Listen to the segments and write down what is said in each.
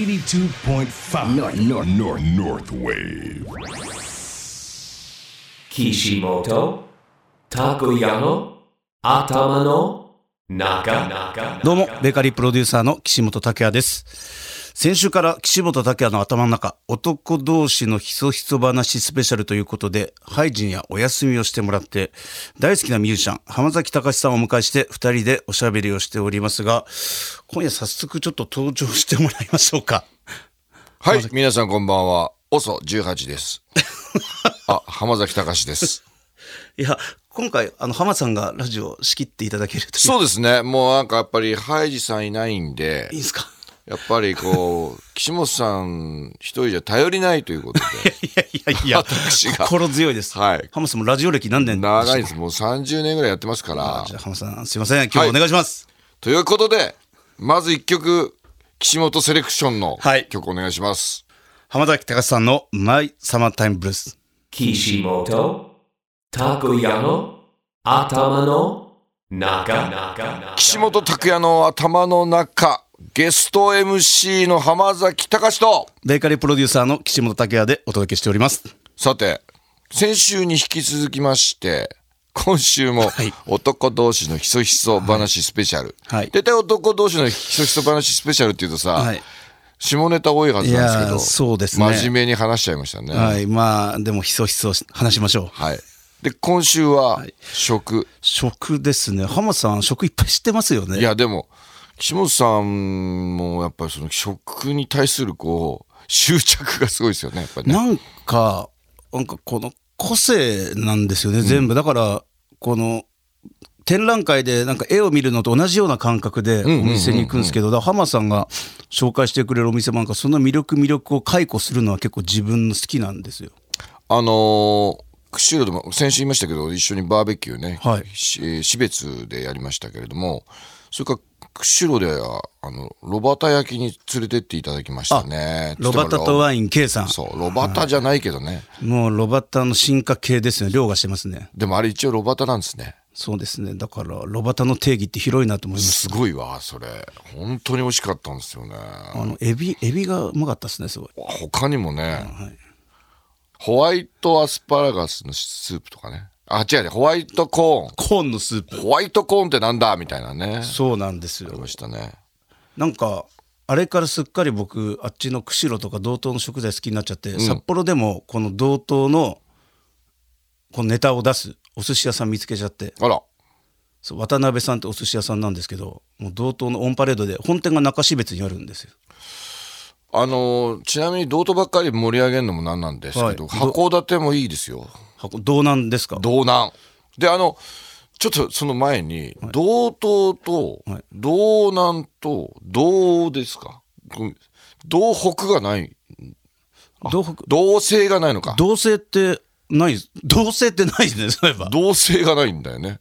82.5 North, North, North, North Wave. 岸本たこやの頭の中どうも、ベーカリープロデューサーの岸本拓也です。先週から岸本拓也の頭の中、男同士のひそひそ話スペシャルということで、ハイジンやお休みをしてもらって、大好きなミュージシャン、浜崎隆さんをお迎えして、二人でおしゃべりをしておりますが、今夜早速ちょっと登場してもらいましょうか。はい、皆さんこんばんは。OSO18 です。あ、浜崎隆です。いや、今回、あの、浜さんがラジオ仕切っていただけるというそうですね。もうなんかやっぱり、ハイジさんいないんでいい、んですかやっぱりこう、岸本さん一人じゃ頼りないということ で、いやいやいや、私が心強いです。はい浜さんもラジオ歴何年長いでですす。もう30年ぐらいやってますからじ。ゃあ浜さん、すいません。今日お願いします。ということで、まず一曲、岸本セレクションのはい曲お願いします。浜崎隆さんの「マイ・サマータイム・ブルース岸本たこやの頭の中岸本拓也の頭の中、ゲスト MC の浜崎隆と、」ベーカリープロデューサーの岸本拓也でお届けしておりますさて、先週に引き続きまして、今週もい男同士のひそひそ話スペシャル。はい大体男同士のひそひそ話スペシャルっていうとさ、はい下ネタ多いはずなんですけいやーど、そうですね真面目に話しちゃいましたね。ははい。いまあでもひそひそ話しましょうで、今週は食。食ですね浜さん食いっぱい知ってますよねいや、でも、岸本さんもやっぱりその食に対するこう、執着がすごいですよね、やっぱりね。なんかなんかこの個性なんですよね全部、だからこの展覧会でなんか絵を見るのと同じような感覚でお店に行くんですけど、だから浜さんが紹介してくれるお店もなんかその魅力魅力を解雇するのは結構自分の好きなんですよ。あのー釧路でも先週言いましたけど一緒にバーベキューね、はいしえー標別でやりましたけれどもそれから釧路ではあのロバタ焼きに連れてっていただきましたねロバタとはワイン K さん。そうロバタじゃないけどねもうロバタの進化系ですね。凌駕してますね。でもあれ一応ロバタなんですねそうですね。だから、ロバタの定義って広いなと思います。すごいわそれ本当に美味しかったんですよねあの、エビ、エビがうまかったですね、すごい。他にもね、ホワイトアスパラガスのスープとかねあ違うねホワイトコーンコーンのスープ。ホワイトコーンってなんだみたいなねそうなんですありよ。ましたねなんか、あれからすっかり僕、あっちの釧路とか道東の食材好きになっちゃって、札幌でもこの道東の、このネタを出すお寿司屋さん見つけちゃって、あらそう渡辺さんってお寿司屋さんなんですけど、もう道東のオンパレードで、本店が中標別にあるんですよ。あのーちなみに道東ばっかり盛り上げるのもなんなんですけど、はい函館もいいですよ箱道南ですか道南であのちょっとその前に、道東とはい道南と道ですか、うん道北がない道北道西がないのか同性ってない同性ってない ですねそういえば道西がないんだよね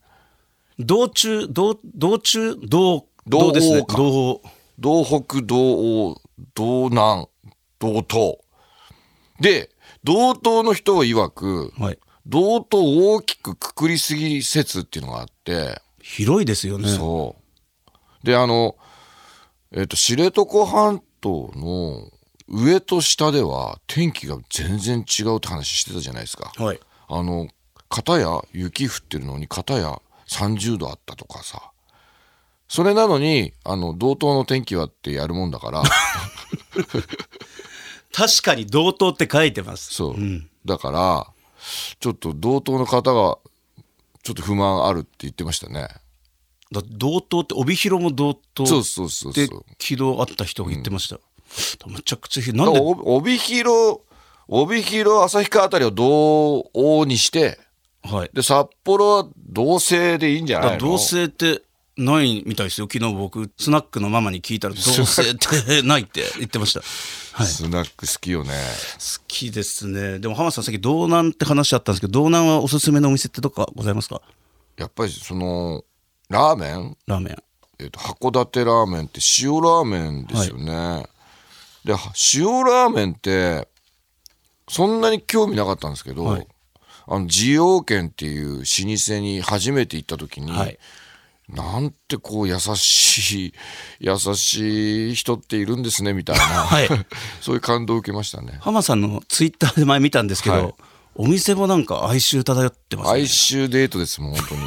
道中道道中道道道ですね央か道道北道央道南道東で道東の人を曰く央はい道東を大きくくくりすぎ説っていうのがあって広いですよねそう。で、あの、えっ、と、知床半島の上と下では天気が全然違うって話してたじゃないですか。はいあの、片や雪降ってるのに、片や30度あったとかさ。それなのに、あの、同等の天気はってやるもんだから、確かに道東って書いてますそう。だから、ちょっと同等の方が、ちょっと不満あるって言ってましたね。だ道東って帯広も道東そうそうそうそうで軌道あった人が言ってました、めちゃくちゃ広いだなんからでお帯広帯広旭川あたりを道央にしてはいで札幌は同性でいいんじゃだかないらの同性ってないみたいですよ昨日僕スナックのママに聞 いたら同性ってないって言ってましたスナック好きよね好きですねでも浜田さんさっき道南って話あったんですけど道南はおすすめのお店ってどっかございますかやっぱりそのラーメン、ラーメンえっと函館ラーメンって塩ラーメンですよね、では塩ラーメンってそんなに興味なかったんですけど、はいあの滋養軒っていう老舗に初めて行った時に、はいなんてこう優しい 優しい人っているんですねみたいな、はい そういう感動を受けましたね浜さんのツイッターで前見たんですけど、はいお店もなんか哀愁漂ってますね哀愁デートですもん本当に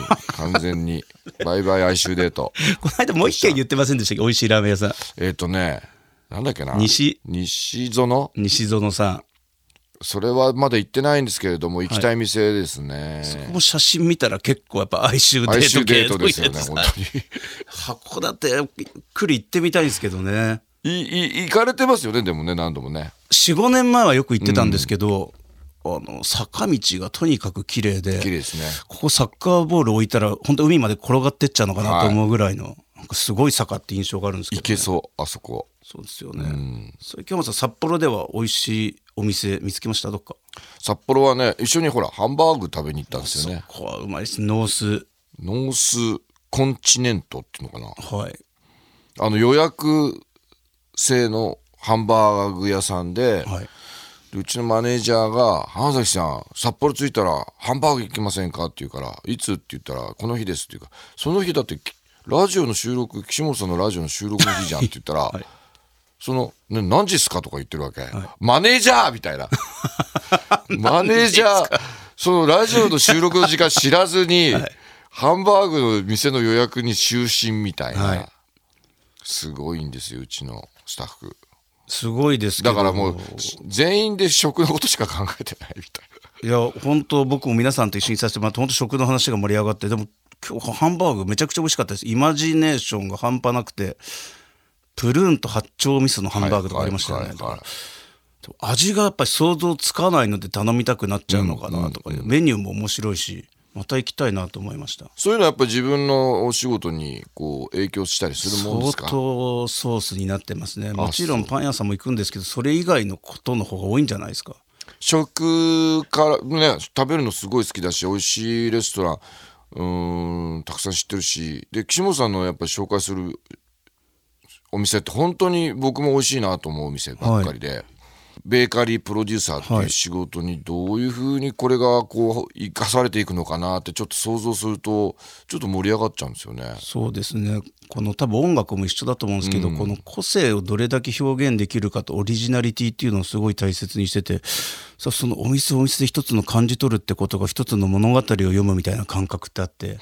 完 全にバイバイ哀愁デートこの間もう一軒言ってませんでしたっけ美味しいラーメン屋さんえっ、とねなんだっけな西西園西園さんそれはまだ行ってないんですけれども行きたい店ですね、ここも写真見たら結構やっぱ哀愁哀デー愁ト系デートですよねのやつ本はい当に函館栗行ってみたいんですけどね いい行かれてますよねでもね何度もね45年前はよく行ってたんですけど、あの坂道がとにかく綺麗で綺麗ですねここサッカーボール置いたら本当海まで転がってっちゃうのかなと思うぐらいの、なんかすごい坂って印象があるんですけど、行ね、けそうあそこそうですよね、それ今日もさん札幌では美味しいお店見つけましたどっか札幌はね一緒にほらハンバーグ食べに行ったんですよねここはうまいですノースノースコンチネントっていうのかなはいあの予約制のハンバーグ屋さんで、はいうちのマネージャーが「浜崎さん札幌着いたらハンバーグ行きませんか?」って言うから「いつ?」って言ったら「この日です」って言うから「その日だってきラジオの収録岸本さんのラジオの収録の日じゃん」って言ったら「その、ね、何時っすか?」とか言ってるわけ、マネージャーみたい なマネージャーそのラジオの収録の時間知らずに、ハンバーグの店の予約に就寝みたいな、はいすごいんですようちのスタッフ。すごいですけどだからもう全員で食のことしか考えてないみたいいや本当僕も皆さんと一緒にさせてもらって本当食の話が盛り上がってでも今日ハンバーグめちゃくちゃ美味しかったですイマジネーションが半端なくてプルーンと八丁味噌のハな。ンバーグとかありましたよね、はいはいはい味がやっぱり想像つかないので頼みたくなっちゃうのかなとか、メニューも面白いしまた行きたいなと思いましたそういうのはやっぱり自分のお仕事にこう影響したりするもんで相すか当ソースになってますねもちろんパン屋さんも行くんですけどそれ以外のことの方が多いんじゃないですか食からね食べるのすごい好きだし美味しいレストランうーんたくさん知ってるしで岸本さんのやっぱり紹介するお店って本当に僕も美味しいなと思うお店ばっかりで、ベーカリープロデューサーっていう仕事にどういうふうにこれがこう生かされていくのかなってちょっと想像するとちょっと盛り上がっちゃうんですよね。そうですねこの多分音楽も一緒だと思うんですけど、この個性をどれだけ表現できるかとオリジナリティっていうのをすごい大切にしててさそのお店お店で一つの感じ取るってことが一つの物語を読むみたいな感覚ってあって、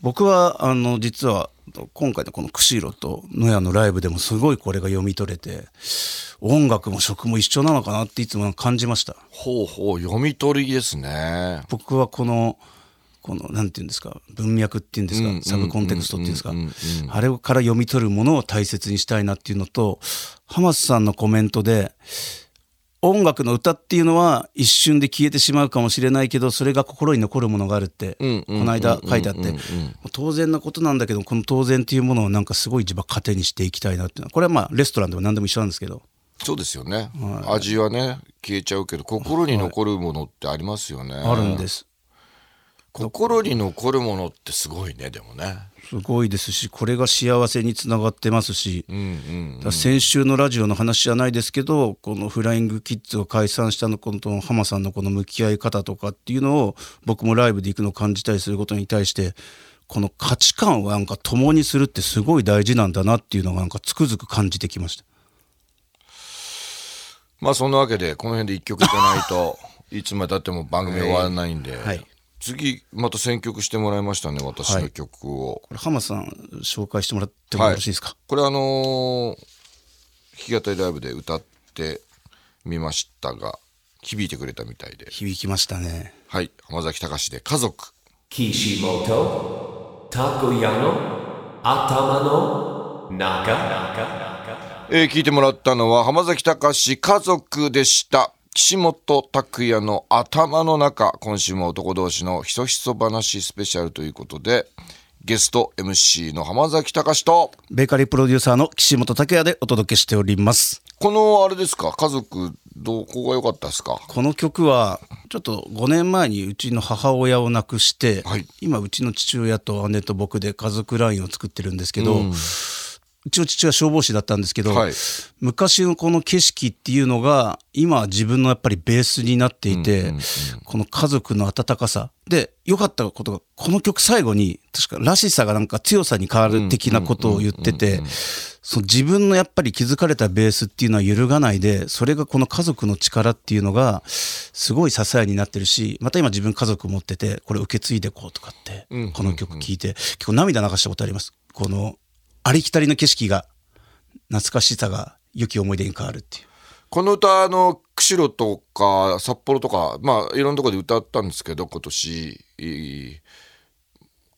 僕はあの実は今回のこの釧路と野屋のライブでもすごいこれが読み取れて音楽も食も一緒なのかなっていつも感じました。ほうほう読み取りですね。僕はこのこのなんて言うんですか文脈っていうんですかサブコンテクストっていうんですかあれから読み取るものを大切にしたいなっていうのと浜田さんのコメントで音楽の歌っていうのは一瞬で消えてしまうかもしれないけどそれが心に残るものがあるってこの間書いてあって当然なことなんだけどこの当然っていうものをなんかすごい自分は糧にしていきたいなっていうのはこれはまあレストランでも何でも一緒なんですけどそうですよね。味はね消えちゃうけど心に残るものってありますよね。あるんです。心に残るものってすごいねでもね。すごいですしこれが幸せにつながってますし、だから先週のラジオの話じゃないですけどこのフライングキッズが解散したのこのハマさんのこの向き合い方とかっていうのを僕もライブで行くのを感じたりすることに対してこの価値観をなんか共にするってすごい大事なんだなっていうのがなんかつくづく感じてきました。まあそんなわけでこの辺で一曲いかない といつまでたっても番組終わらないんで、はい次また選曲してもらいましたね私の曲を。これハマさん紹介してもらってもよろしいですか、これあのー、弾き語りライブで歌ってみましたが響いてくれたみたいで。響きましたね。はい浜崎隆で家族。 Kishimoto Takoyano Atamano Naga えー聞いてもらったのは浜崎隆史家族でした岸本拓也の頭の中今週も男同士のひそひそ話スペシャルということでゲスト MC の浜崎隆とベーカリープロデューサーの岸本拓也でお届けしております。このあれですか家族どこが良かったですかこの曲はちょっと5年前にうちの母親を亡くして、はい今うちの父親と姉と僕で家族ラインを作ってるんですけど、うちの父は消防士だったんですけど、はい昔のこの景色っていうのが今は自分のやっぱりベースになっていて、この家族の温かさで良かったことがこの曲最後に確からしさがなんか強さに変わる的なことを言っててその自分のやっぱり築かれたベースっていうのは揺るがないでそれがこの家族の力っていうのがすごい支えになってるしまた今自分家族持っててこれ受け継いでこうとかってこの曲聴いて結構涙流したことあります。このありきたりの景色が懐かしさが良き思い出に変わるっていう。この歌あの釧路とか札幌とかまあいろんなところで歌ったんですけど今年いい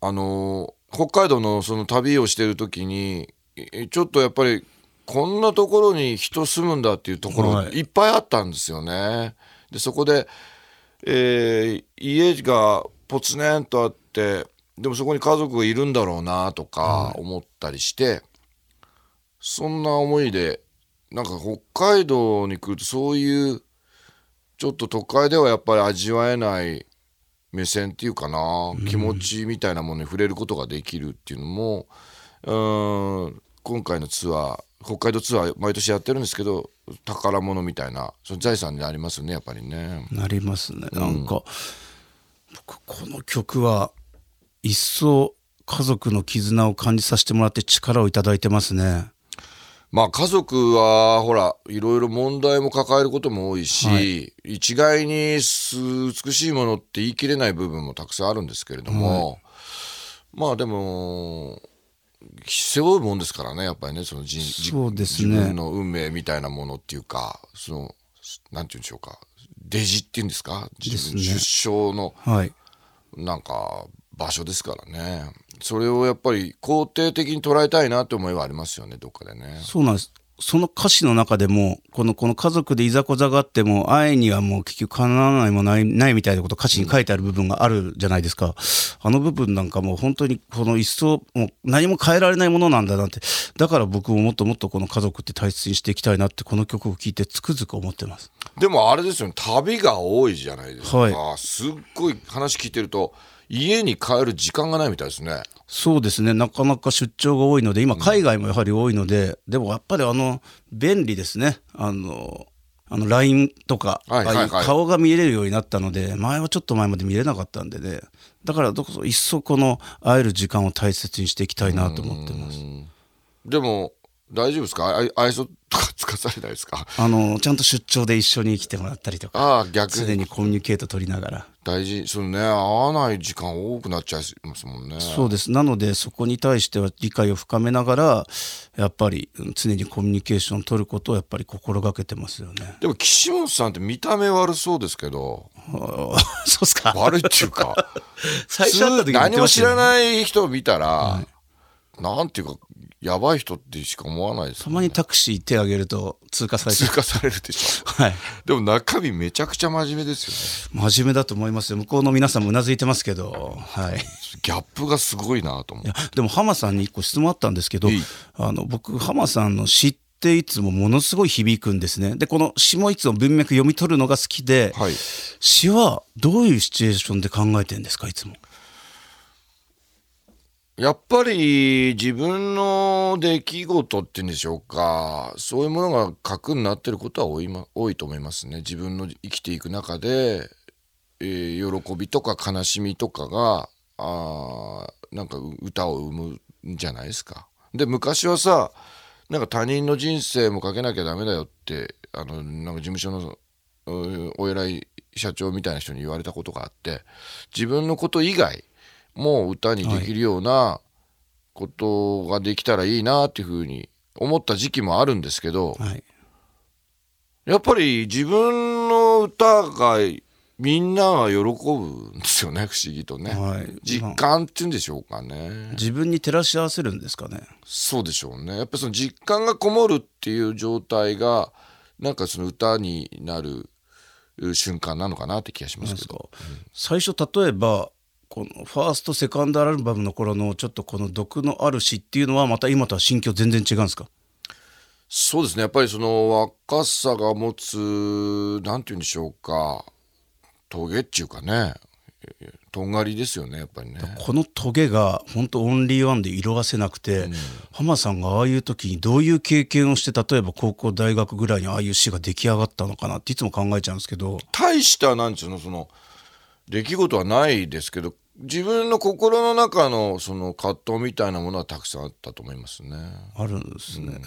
あの北海道のその旅をしてる時にいちょっとやっぱりこんなところに人住むんだっていうところはいいっぱいあったんですよね。でそこで、えー家がポツネンとあってでもそこに家族がいるんだろうなとか思ったりして。そんな思いでなんか北海道に来るとそういうちょっと都会ではやっぱり味わえない目線っていうかな、気持ちみたいなものに触れることができるっていうのもうーん今回のツアー北海道ツアー毎年やってるんですけど宝物みたいなその財産になりますよねやっぱりね。なりますね。なんか、僕この曲は一層家族の絆を感じさせてもらって力をいただいてますね。まあ家族はほらいろいろ問題も抱えることも多いし、一概にす美しいものって言い切れない部分もたくさんあるんですけれども、まあでも背負うもんですからねやっぱりねその人じそうですね自分の運命みたいなものっていうかそのなんて言うんでしょうかデジっていうんですか自分ですね出生のはい。なんか場所ですからねそれをやっぱり肯定的に捉えたいなって思いはありますよねどっかでね。そうなんです。その歌詞の中でもこのこの家族でいざこざがあっても愛にはもう結局かなわないもないないみたいなこと歌詞に書いてある部分があるじゃないですか、あの部分なんかもう本当にこの一層もう何も変えられないものなんだなってだから僕ももっともっとこの家族って大切にしていきたいなってこの曲を聴いてつくづく思ってますでもあれですよね旅が多いじゃないですか、はすっごい話聞いてると家に帰る時間がないみたいですねそうですねなかなか出張が多いので今海外もやはり多いので、でもやっぱりあの便利ですねあのあの LINE とか、はいはいはいああいう顔が見れるようになったので前はちょっと前まで見れなかったんでねだからどこぞ一層この会える時間を大切にしていきたいなと思ってますでも大丈夫ですかあい愛想とかつかされないですか あのちゃんと出張で一緒に来てもらったりとかああ逆常ににコミュニケート取りながら大事そのね会わない時間多くなっちゃいますもんねそうですなのでそこに対しては理解を深めながらやっぱりうん常にコミュニケーションを取ることをやっぱり心がけてますよねでも岸本さんって見た目悪そうですけ どあーそうっすか。悪いってい うか最初会った時普通何も知らい。ない人を見たら、なんていうかやばい人ってしか思わないですたもんまにタクシー手挙げると通過されて通。過されるでしょはい。 でも中身めちゃくちゃ真面目ですよね真面目だと思いますよ。向こうの皆さんもうなずいてますけど。はい。ギャップがすごいなと思うい。や、でも浜さんに一個質問あったんですけどいい、あの、僕、浜さんの知っていつもものすごい響くんですね。で、この詩もいつも文脈読み取るのが好きで、はい詩はどういうシチュエーションで考えてるんですか、いつも。やっぱり自分の出来事っていうんでしょうかそういうものが核になってることは多い,、多いと思いますね自分の生きていく中で、えー喜びとか悲しみとかがあーなんか歌を生むんじゃないですか。で昔はさなんか他人の人生もかけなきゃダメだよってあのなんか事務所のうんお偉い社長みたいな人に言われたことがあって自分のこと以外もう歌にできるようなことができたらいいなっていうふうに思った時期もあるんですけど、はい。やっぱり自分の歌がみんなが喜ぶんですよね 不思議とね、はい実感っていうんでしょうかね自分に照らし合わせるんですかね。そうでしょうねやっぱその実感がこもるっていう状態がなんかその歌になるう瞬間なのかなって気がしますけど最初例えばこのファーストセカンドアルバムの頃のちょっとこの毒のある詩っていうのはまた今とは心境全然違うんですかそうですねやっぱりその若さが持つなんて言うんでしょうかトゲっていうかねとんがりですよねやっぱりねこのトゲが本当オンリーワンで色あせなくて、浜さんがああいう時にどういう経験をして例えば高校大学ぐらいにああいう詩が出来上がったのかなっていつも考えちゃうんですけど大したなんつうのその出来事はないですけど自分の心の中のその葛藤みたいなものはたくさんあったと思いますねあるんですね、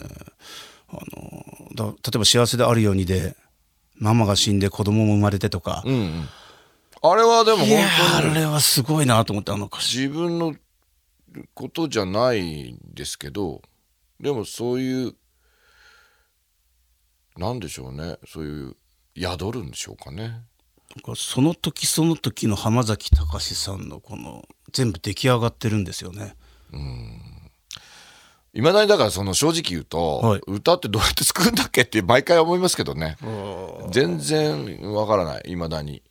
あのだ例えば「幸せであるようにで」ママが死んで子供も生まれてとか、あれはでも本いや当にーあれはすごいなと思ってあの歌詞自分のことじゃないんですけどでもそういうなんでしょうねそういう宿るんでしょうかねなんかその時その時の浜崎隆さんのこの全部出来上がってるんですよねいまだにだからその正直言うと、はい歌ってどうやって作るんだっけって毎回思いますけどね全然わからないいまだに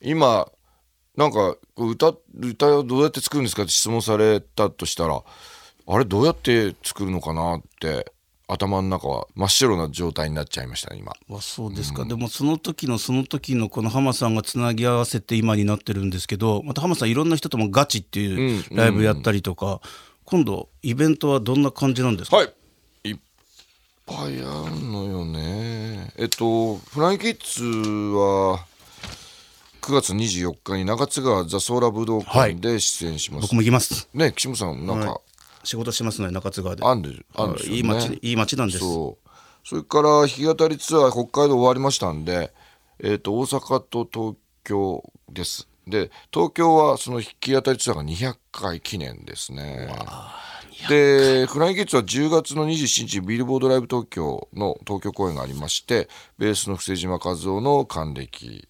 今なんかこう歌歌をどうやって作るんですかって質問されたとしたらあれどうやって作るのかなって頭の中は真っ白な状態になっちゃいましたね今あそうですか、でもその時のその時のこの浜さんがつなぎ合わせて今になってるんですけどまた浜さんいろんな人ともガチっていうライブやったりとか、今度イベントはどんな感じなんですか、はい。いっぱいあるのよね。えっと、フランキッズは、9月24日に中津川ザ・ソーラ武道館で出演します。僕も行きますね、岸本さん、なんか、仕事してますので中津川であんで、あんですよね。いい街にいい街なんですそう。それから、弾き語りツアー、北海道終わりましたんで、えっと、大阪と東京です。で、東京はその弾き語りツアーが200回記念ですね。で、フラインキッズは10月の27日、ビルボードライブ東京の東京公演がありまして、ベースの布施島和夫の還暦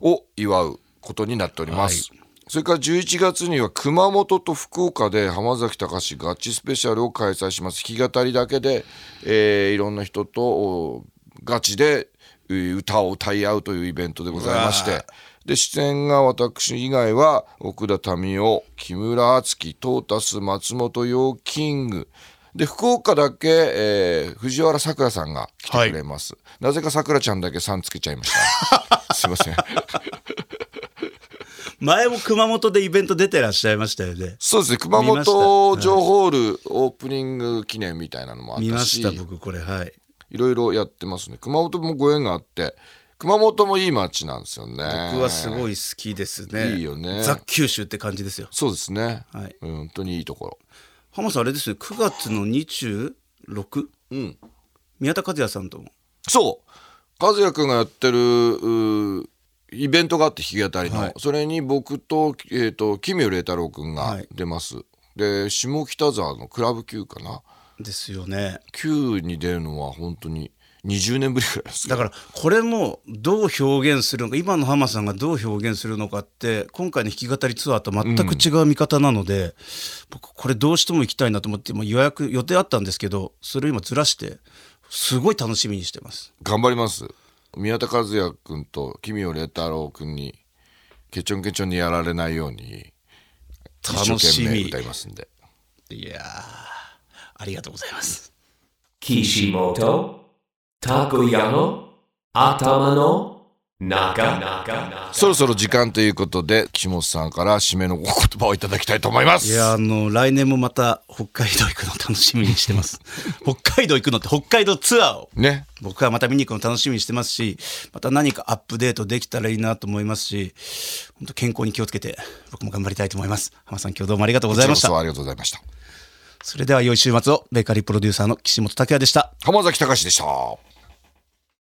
を祝うことになっております。それから11月には熊本と福岡で浜崎隆ガチスペシャルを開催します。弾き語りだけで、えーいろんな人とおガチでえー歌を歌い合うというイベントでございまして、で出演が私以外は奥田民生、木村敦樹、トータス、松本陽キング、で福岡だけ、えー藤原さくらさんが来てくれます。なぜかさくらちゃんだけさんつけちゃいました。すいません。前も熊本でイベント出てらっしゃいましたよねそうですね熊見ましたは本い城ホールオープニング記念みたいなのもあっ見たましした僕これはいいろいろやってますね熊本もご縁があって熊本もいい街なんですよね僕はすごい好きですねいいよねザ・九州って感じですよそうですね、はいうん本当にいいところ浜さんあれですよ9月の 26? うん宮田和也さんともそう和也君がやってるうーイベントがあって弾き語りの、はいそれに僕と,、えー、と木村麗太郎君が出ます、で下北沢のクラブ Q かなですよね Q に出るのは本当に20年ぶりぐらいですねだからこれもどう表現するのか今の浜さんがどう表現するのかって今回の弾き語りツアーと全く違う見方なので、僕これどうしても行きたいなと思ってもう予約予定あったんですけどそれを今ずらしてすごい楽しみにしてます頑張ります宮田和也君と君を麗太郎君にケチョンケチョンにやられないように一楽生し懸命み歌いますんでいやーありがとうございます岸本たこやの頭の中そろそろ時間ということで岸本さんから締めのお言葉をいただきたいと思いますいやあの来年もまた北海道行くの楽しみにしてます 北海道行くのって北海道ツアーをね僕はまた見に行くの楽しみにしてますしまた何かアップデートできたらいいなと思いますし本当健康に気をつけて僕も頑張りたいと思います浜さん今日どうもありがとうございましこちらこそたありがとうございましたそれでは良い週末をベーカリープロデューサーの岸本拓也でした浜崎隆でした